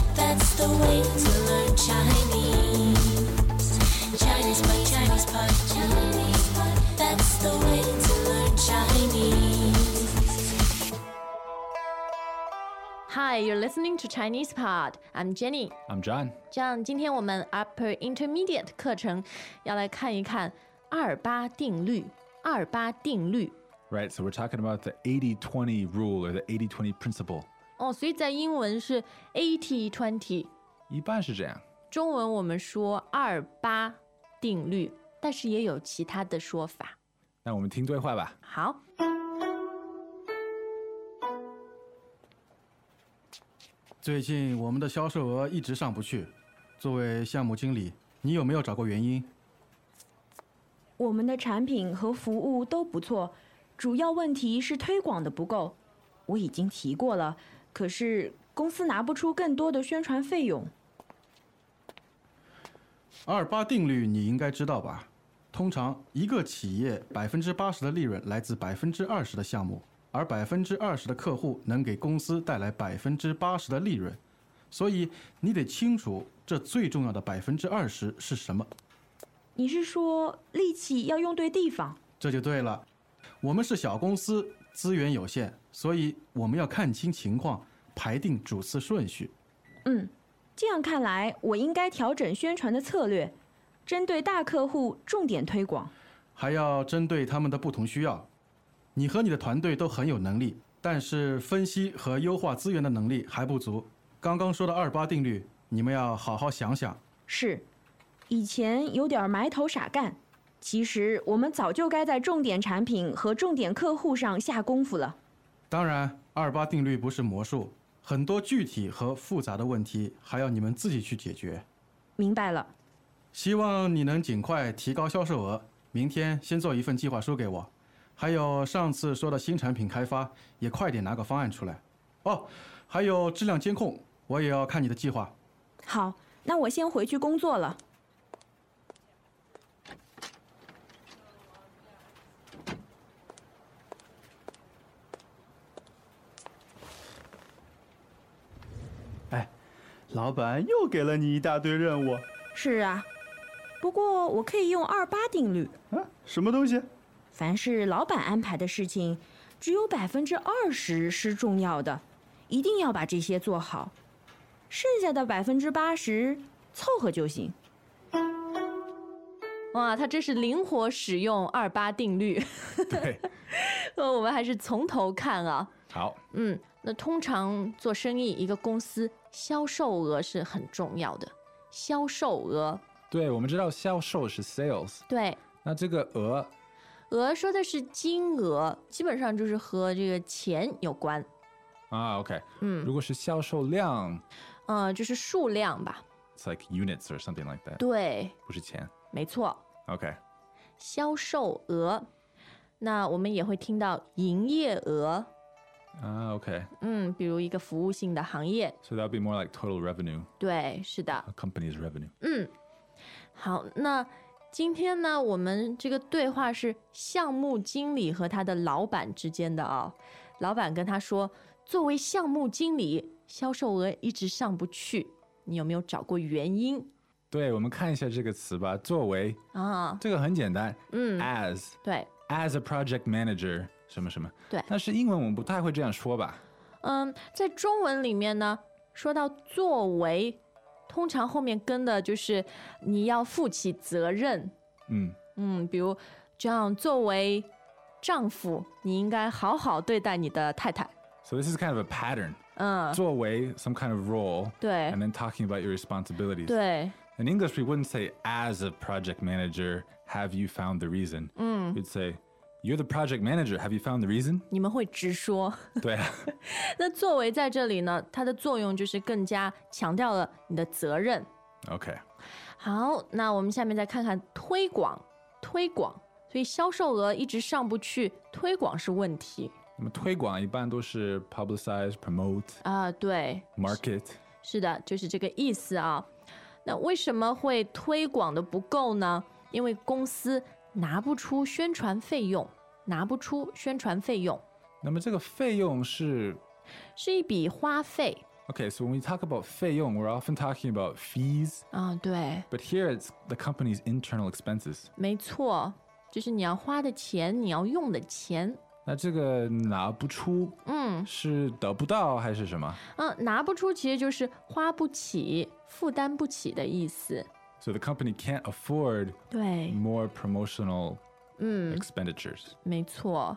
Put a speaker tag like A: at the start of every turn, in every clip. A: a way to learn Chinese. Chinese pot, Chinese pot, Chinese pot. That's the way to learn Chinese.
B: Hi, you're listening to Chinese Pod. I'm Jenny.
C: I'm John。
B: 这样，今天我们 Upper Intermediate 课程要来看一看二八定律。二八定律
C: Right, so we're talking about the 80-20 rule or the 80-20 principle.
B: 哦，所以在英文是 eighty twenty，
C: 一般是这样。
B: 中文我们说二八定律，但是也有其他的说法。
C: 那我们听对话 吧。
B: 好，
D: 最近我们的销售额一直上不去，作为项目经理，你有没有找过原因？
E: 我们的产品和服务都不错，主要问题是推广的不够。我已经提过了，可是公司拿不出更多的宣传费用。
D: 二八定律你应该知道吧？通常一个企业百分之八十的利润来自百分之二十的项目，而百分之二十的客户能给公司带来百分之八十的利润，所以你得清楚这最重要的百分之二十是什么。
E: 你是说力气要用对地方？
D: 这就对了。我们是小公司，资源有限，所以我们要看清情况，排定主次顺序。
E: 这样看来，我应该调整宣传的策略，针对大客户重点推广。
D: 还要针对他们的不同需要。你和你的团队都很有能力，但是分析和优化资源的能力还不足。刚刚说的二八定律，你们要好好想想。
E: 是，以前有点埋头傻干，其实我们早就该在重点产品和重点客户上下功夫了。
D: 当然，二八定律不是魔术，很多具体和复杂的问题还要你们自己去解决。
E: 明白了。
D: 希望你能尽快提高销售额。明天先做一份计划书给我，还有上次说的新产品开发，也快点拿个方案出来。哦，还有质量监控，我也要看你的计划。
E: 好，那我先回去工作了。
F: 老板又给了你一大堆任务，
E: 是啊，不过我可以用二八定律，
F: 啊，什么东西？
E: 凡是老板安排的事情，只有百分之二十是重要的，一定要把这些做好，剩下的百分之八十凑合就行。
B: 哇，他真是灵活使用二八定律。
C: 对，
B: 呃，我们还是从头看啊。
C: 好，
B: 嗯，那通常做生意，一个公司销售额是很重要的。销售额，
C: 对，我们知道销售是 sales，
B: 对，
C: 那这个额
B: 额说的是金额，基本上就是和这个钱有关。
C: 啊，OK，
B: 嗯，
C: 如果是销售量
B: 呃，就是数量吧。
C: ，it's like units or something like that，
B: 对，
C: 不是钱。
B: 没错，
C: OK，
B: 销售额。那我们也会听到营业额，
C: 啊，OK，so
B: 嗯，比如一个服务性的行业，
C: that would be more like total revenue,
B: 对，是的，
C: a company's revenue.
B: 嗯，好，那今天呢，我们这个对话是项目经理和他的老板之间的啊、老板跟他说，作为项目经理，销售额一直上不去，你有没有找过原因
C: 对，我们看一下这个词吧。作为
B: 啊？
C: 这个很简单
B: 嗯，
C: ，as
B: 对，
C: as a project manager 什么什么。
B: 对
C: 但是英文我们不太会这样说吧？
B: 嗯，在中文里面呢，说到作为，通常后面跟的就是你要负起责任，
C: 嗯，
B: 嗯，比如这样，作为丈夫，你应该好好对待你的太太。
C: So this is kind of a pattern.
B: 嗯，
C: 作为 some kind of role
B: 对
C: and then talking about your responsibilities.
B: 对，
C: In English, we wouldn't say as a project manager, have you found the reason? We'd say you're the project manager, have you found the reason?
B: 你们会直说。
C: 对啊，
B: 那作为在这里呢，它的作用就是更加强调了你的责任。
C: okay.
B: 好，那我们下面再看看推广，推广，所以销售额一直上不去，推广是问题
C: 那么推广一般都是 publicize, promote,
B: 啊、对，
C: market.
B: 是的，就是这个意思啊。那为什么会推广的不够呢？因为公司拿不出宣传费用，拿不出宣传费用，
C: 那么这个费用是
B: 是一笔花费。
C: Okay, so when we talk about 费用, we're often talking about fees,
B: 啊、对，
C: but here it's the company's internal expenses.
B: 没错，就是你要花的钱，你要用的钱。
C: 那这个拿不出，
B: 嗯
C: 是得不到还是什么
B: 嗯，拿不出其实就是花不起、负担不起的意思。
C: ？So the company can't afford
B: 对，
C: more promotional
B: 嗯，
C: expenditures.
B: 没错，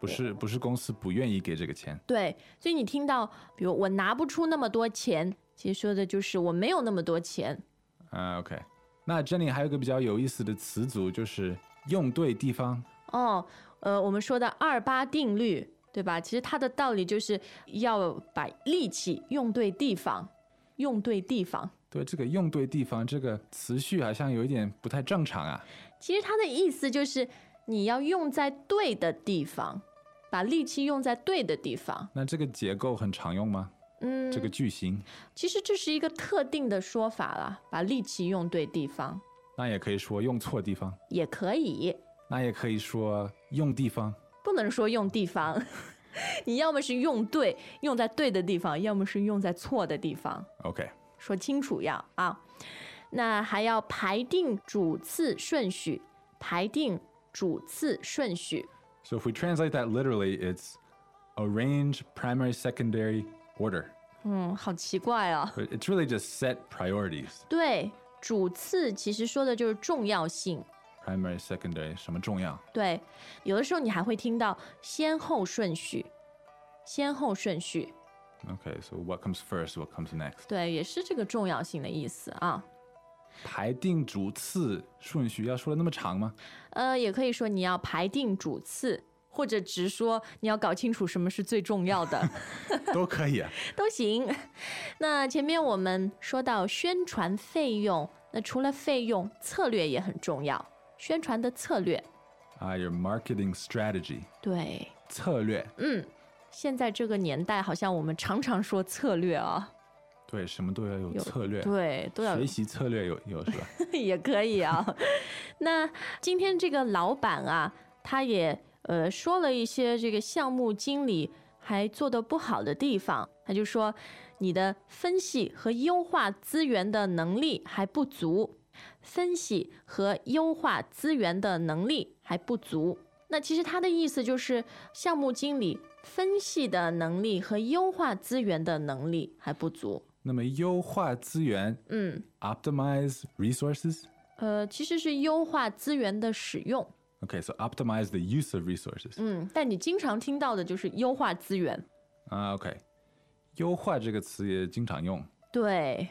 C: 不是不是公司不愿意给这个钱，
B: 对。所以你听到，比如我拿不出那么多钱，其实说的就是我没有那么多钱。
C: 啊，OK、o k 那这里还有一个比较有意思的词组，就是用对地方。
B: 哦，呃，我们说的二八定律，对吧？其实它的道理就是要把力气用对地方，用对地方。
C: 对，这个用对地方这个词序好像有一点不太正常啊。
B: 其实它的意思就是你要用在对的地方，把力气用在对的地方。
C: 那这个结构很常用吗？
B: 嗯，
C: 这个句型，
B: 其实这是一个特定的说法啦，把力气用对地方
C: 那也可以说用错地方，
B: 也可以，
C: 那也可以说用地方。
B: 不能说用地方。 你要么是用对，用在对的地方，要么是用在错的地方。
C: OK，
B: 说清楚要啊。那还要排定主次顺序，排定主次顺序。
C: so if we translate that literally, it's arrange primary, secondary order.
B: 嗯，好奇怪哦。
C: But it's really just set priorities.
B: 对，主次其实说的就是重要性。
C: Primary, secondary 什么重要？
B: 对，有的时候你还会听到先后顺序，先后顺序，
C: Okay, so what comes first, what comes next?
B: 对，也是这个重要性的意思啊。
C: 排定主次顺序要说的那么长吗？
B: 呃，也可以说你要排定主次，或者直说你要搞清楚什么是最重要的，
C: 都可以、啊。
B: 都行。那前面我们说到宣传费用，那除了费用，策略也很重要，宣传的策略，
C: 啊 your marketing strategy
B: 对。
C: 策略，
B: 嗯现在这个年代，好像我们常常说策略啊，
C: 对，什么都要有
B: 有
C: 策略。
B: 对，都要有
C: 学习策略有有是 吧？
B: 也可以啊。 那今天这个老板啊，他也呃说了一些这个项目经理还做得不好的地方，他就说你的分析和优化资源的能力还不足，分析和优化资源的能力还不足。那其实他的意思就是，项目经理分析的能力和优化资源的能力还不足。
C: 那么优化资源
B: 嗯，
C: ，optimize resources。
B: 呃，其实是优化资源的使用。
C: Okay, so optimize the use of resources.
B: 嗯，但你经常听到的就是优化资源，
C: 啊、o k 优化这个词也经常用。
B: 对，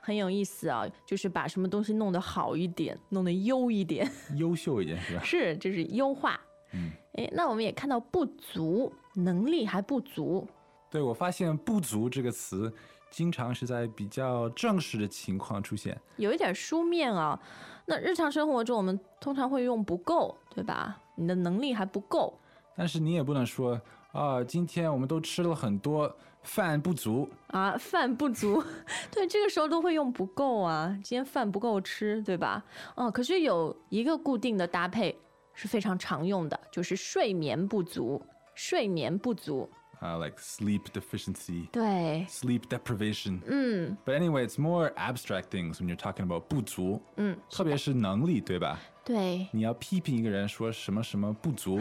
B: 很有意思啊，就是把什么东西弄得好一点，弄得优一点，
C: 优秀一点是吧？
B: 是，这是优化。
C: 嗯，
B: 哎，那我们也看到不足，能力还不足，
C: 对，我发现“不足”这个词经常是在比较正式的情况出现。
B: 有一点书面啊。那日常生活中，我们通常会用不够，对吧？你的能力还不够，
C: 但是你也不能说啊，今天我们都吃了很多，饭不足。
B: 啊，饭不足， 对，这个时候都会用不够啊，今天饭不够吃，对吧？哦、可是有一个固定的搭配是非常常用的，就是睡眠不足，睡眠不足，
C: Uh, like sleep deficiency,
B: 对，
C: sleep deprivation.
B: 嗯
C: But anyway, it's more abstract things when you're talking about 不足，
B: 嗯，
C: 特别是能力，对吧？
B: 对，
C: 你要批评一个人说什么什么不足，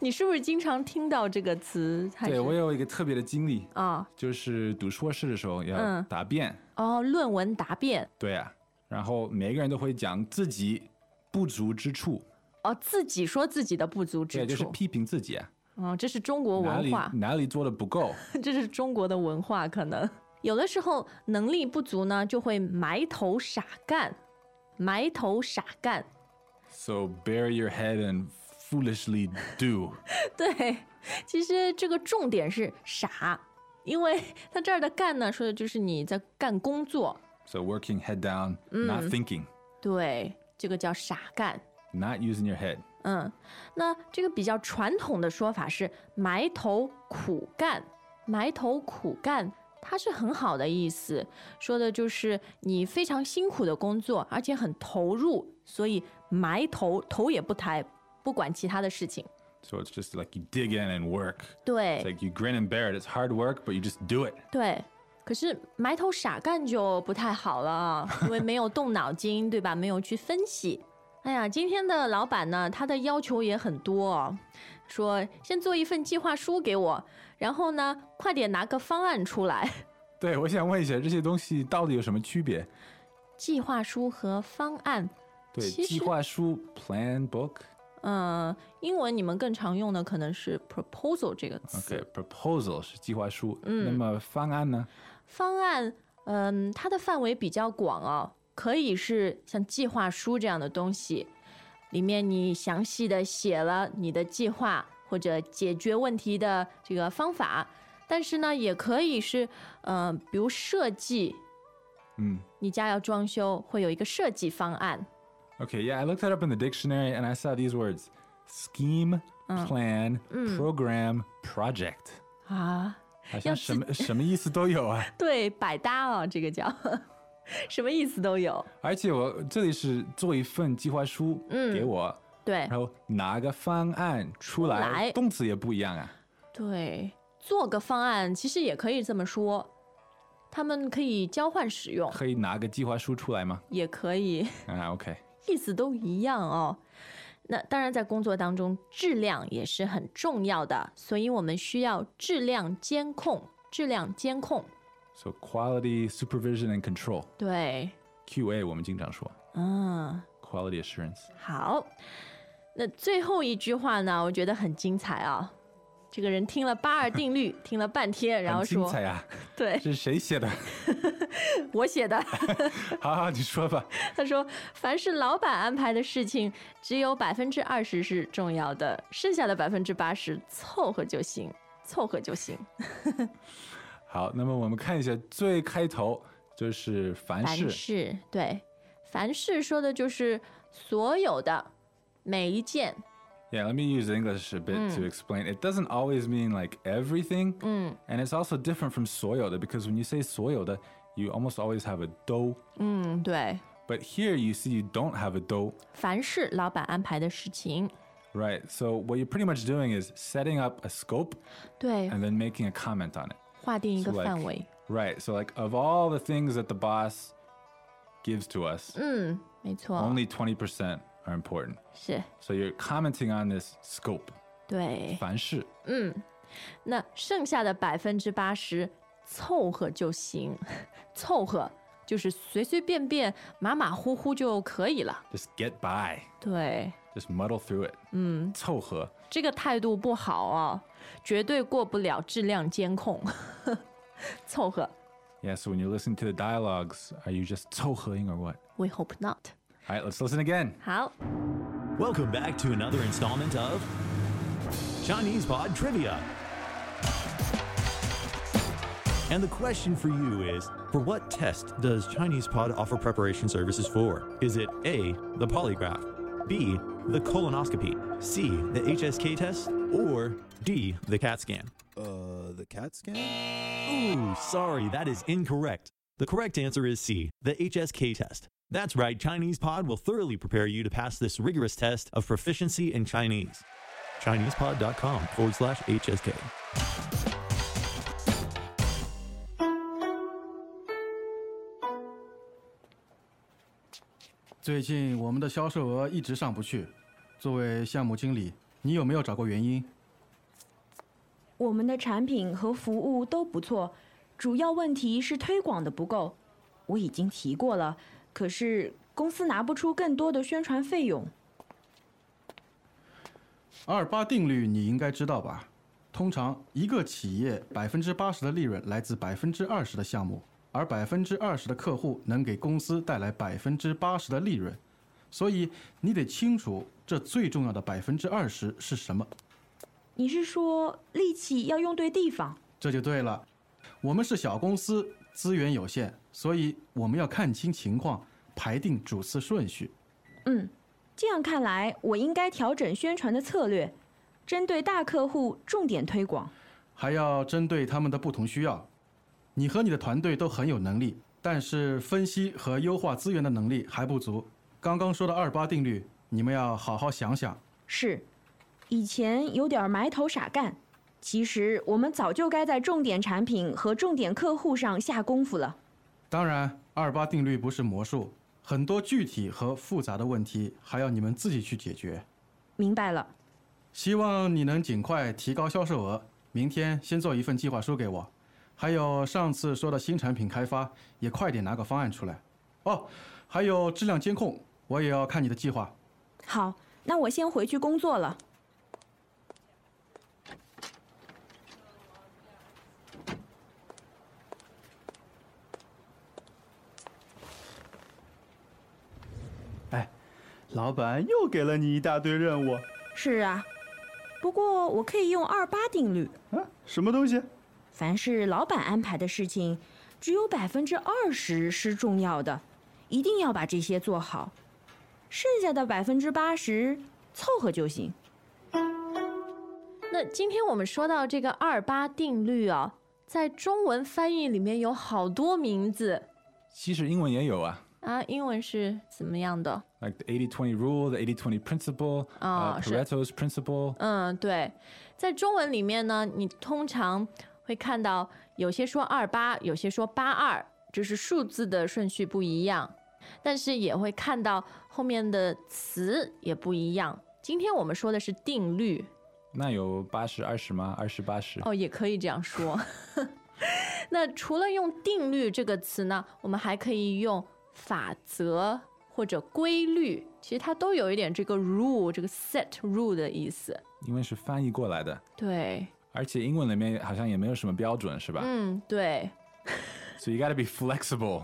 B: 你是不是经常听到这个词？ 还
C: 对
B: 是
C: 我有一个特别的经历，
B: 啊、
C: 就是读硕士的时候要
B: 嗯
C: 答辩，
B: 哦，论文答辩，
C: 对啊，然后每个人都会讲自己不足之处，
B: 哦，自己说自己的不足之
C: 对，就是
B: 处，
C: 批评自己啊，
B: 嗯，这是中国
C: 哪
B: 文
C: 里
B: 化，
C: 哪里做的不够，
B: 这是中国的文化，可能有的时候能力不足呢，就会埋头傻干，埋头傻干。
C: So bury your head and foolishly do.
B: 对，其实这个重点是傻，因为他这儿的干呢，说的就是你在干工作，
C: so working head down, not thinking,
B: 对，这个叫傻干。
C: not using your head.
B: 嗯，那这个比较传统的说法是埋头苦干，埋头苦干，它是很好的意思，说的就是你非常辛苦的工作，而且很投入，所以埋头头也不抬，不管其他的事情。
C: So it's just like you dig in and work. It's
B: 对
C: like you grin and bear it. It's hard work, but you just do it.
B: 对，可是埋头傻干就不太好了啊，因为没有动脑筋，对吧？没有去分析。哎呀，今天的老板呢，他的要求也很多哦，说先做一份计划书给我，然后呢，快点拿个方案出来。
C: 对，我想问一下，这些东西到底有什么区别？
B: 计划书和方案，
C: 对，
B: 其
C: 计
B: 实
C: 划书 （plan book）。
B: 嗯，英文你们更常用的可能是 proposal 这个词。
C: OK，proposal、是计划书，那
B: 嗯
C: 么方案呢？
B: 方案，嗯，它的范围比较广哦，可以是像计划书这样的东西，里面你详细的写了你的计划或者解决问题的这个方法，但是呢，也可以是，嗯，比如设计，
C: 嗯
B: 你家要装修会有一个设计方案，
C: ，OK，yeah，I、looked that up in the dictionary and I saw these words: scheme,
B: 嗯
C: plan,
B: 嗯
C: program, project，
B: 啊，
C: 好像
B: 要
C: 什
B: 记
C: 么什么意思都 有啊。
B: 对，百搭哦，这个叫， 什么意思都有，
C: 而且我这里是做一份计划书
B: 嗯
C: 给我，
B: 对
C: 然后拿个方案出来，
B: 来
C: 动词也不一样啊。
B: 对，做个方案其实也可以这么说，他们可以交换使用。
C: 可以拿个计划书出来吗？
B: 也可以，
C: 啊，OK，
B: 意思都一样哦。那当然，在工作当中，质量也是很重要的，所以我们需要质量监控。质量监控，
C: so quality supervision and control
B: 对，
C: QA 我们经常说
B: 嗯，
C: quality assurance。
B: 好。那最后一句话呢，我觉得很精彩啊。这个人听了巴尔定律，听了半天，然
C: 很
B: 后
C: 精
B: 说
C: 彩啊！：“
B: 对
C: 这是谁写的？
B: 我写的。”
C: 好好，你说吧。
B: 他说：“凡是老板安排的事情，只有百分之二十是重要的，剩下的百分之八十凑合就行，凑合就行。
C: 好，那么我们看一下最开头，就是凡
B: 凡
C: 是
B: 事对，凡事说的就是所有的每一件，
C: Yeah, let me use English a bit
B: Mm。
C: to explain. It doesn't always mean like everything, and it's also different from 所有的 because when you say 所有的, you almost always have a do.
B: 嗯，对，
C: But here you see you don't have a do,
B: 凡是老板安排的事情，
C: right? So what you're pretty much doing is setting up a scope
B: 对，
C: and then making a comment on it,
B: 划定一个
C: So like-
B: 范围，
C: right? So like of all the things that the boss gives to us,
B: 嗯，没错，
C: only 20% are important.
B: 是
C: So you're commenting on this scope.
B: 对，
C: 凡事
B: 嗯，那剩下的百分之八十凑合就行，凑合就是随随便便、马马虎虎就可以了。
C: just get by,
B: 对，
C: just muddle through it. 凑合。
B: 这个态度不好啊，绝对过不了质量监控。 凑合
C: Yeah, so when you're listening to the dialogues, are you just tohling or what?
B: ，we hope not。
C: All right, let's listen again.
B: 好，
G: Welcome back to another installment of Chinese Pod Trivia. And the question for you is For what test does Chinese Pod offer preparation services for? Is it A, the polygraph, B, the colonoscopy, C, the HSK test, or D, the CAT scan?
H: Uh, the CAT scan?
G: Ooh, sorry, that is incorrect. The correct answer is C, the HSK test. That's right, Chinese Pod will thoroughly prepare you to pass this rigorous test of proficiency in Chinese. ChinesePod.com forward slash HSK.
D: 最近我们的销售额一直上不去，作为项目经理，你有没有找过原因？
E: 我们的产品和服务都不错，主要问题是推广的不够。我已经提过了，可是公司拿不出更多的宣传费用。
D: 阿尔巴定律你应该知道吧？通常一个企业百分之八十的利润来自百分之二十的项目，而百分之二十的客户能给公司带来百分之八十的利润，所以你得清楚这最重要的百分之二十是什么，
E: 你是说力气要用对地方？
D: 这就对了。我们是小公司，资源有限，所以我们要看清情况，排定主次顺序。
E: 这样看来，我应该调整宣传的策略，针对大客户重点推广。
D: 还要针对他们的不同需要。你和你的团队都很有能力，但是分析和优化资源的能力还不足。刚刚说的二八定律，你们要好好想想。
E: 是，以前有点埋头傻干，其实我们早就该在重点产品和重点客户上下功夫了。
D: 当然，二八定律不是魔术，很多具体和复杂的问题还要你们自己去解决。
E: 明白了，
D: 希望你能尽快提高销售额。明天先做一份计划书给我，还有上次说的新产品开发，也快点拿个方案出来。哦，还有质量监控，我也要看你的计划。
E: 好，那我先回去工作了。
F: 老板又给了你一大堆任务，
E: 是啊，不过我可以用二八定律，
F: 啊，什么东西？
E: 凡是老板安排的事情，只有百分之二十是重要的，一定要把这些做好，剩下的百分之八十凑合就行。
B: 那今天我们说到这个二八定律啊，在中文翻译里面有好多名字
C: 其实英文也有啊。
B: 啊，英文是怎么样的？
C: Like the 80 20 rule, the 80 20 principle, uh,
B: 啊，是
C: Pareto's principle.
B: 嗯，对，在中文里面呢，你通常会看到有些说二八，有些说八二，就是数字的顺序不一样，但是也会看到后面的词也不一样。今天我们说的是定律，
C: 那有八十二十吗？二十八十。
B: 哦，也可以这样说。 那除了用“定律”这个词呢，我们还可以用法则或者规律，其实它都有一点这个 rule 这个 set rule 的意思。对，
C: 因为是翻译过来的，而且英文里面好像也没有什么标准，是吧？
B: 嗯，对，
C: So you gotta be flexible.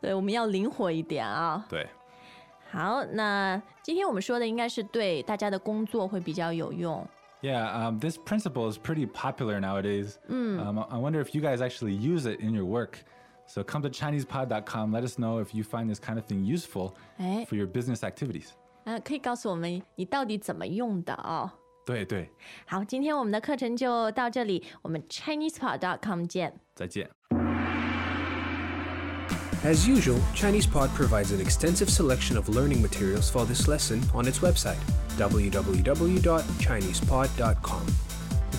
B: 对，我们要灵活一点啊。好，那今天我们说的应该是对大家的工作会比较有用。
C: Yeah, um, this principle is pretty popular nowadays. Um, I- I wonder if you guys actually use it in your work. So come to ChinesePod.com. Let us know if you find this kind of thing useful
B: 哎
C: for，your business activities.
B: 嗯，可以告诉我们你到底怎么用的哦。
C: 对对，再见。
B: 好，今天我们的课程就到这里，我们 ChinesePod.com 见。
I: As usual, ChinesePod provides an extensive selection of learning materials for this lesson on its website, www.chinesepod.com. You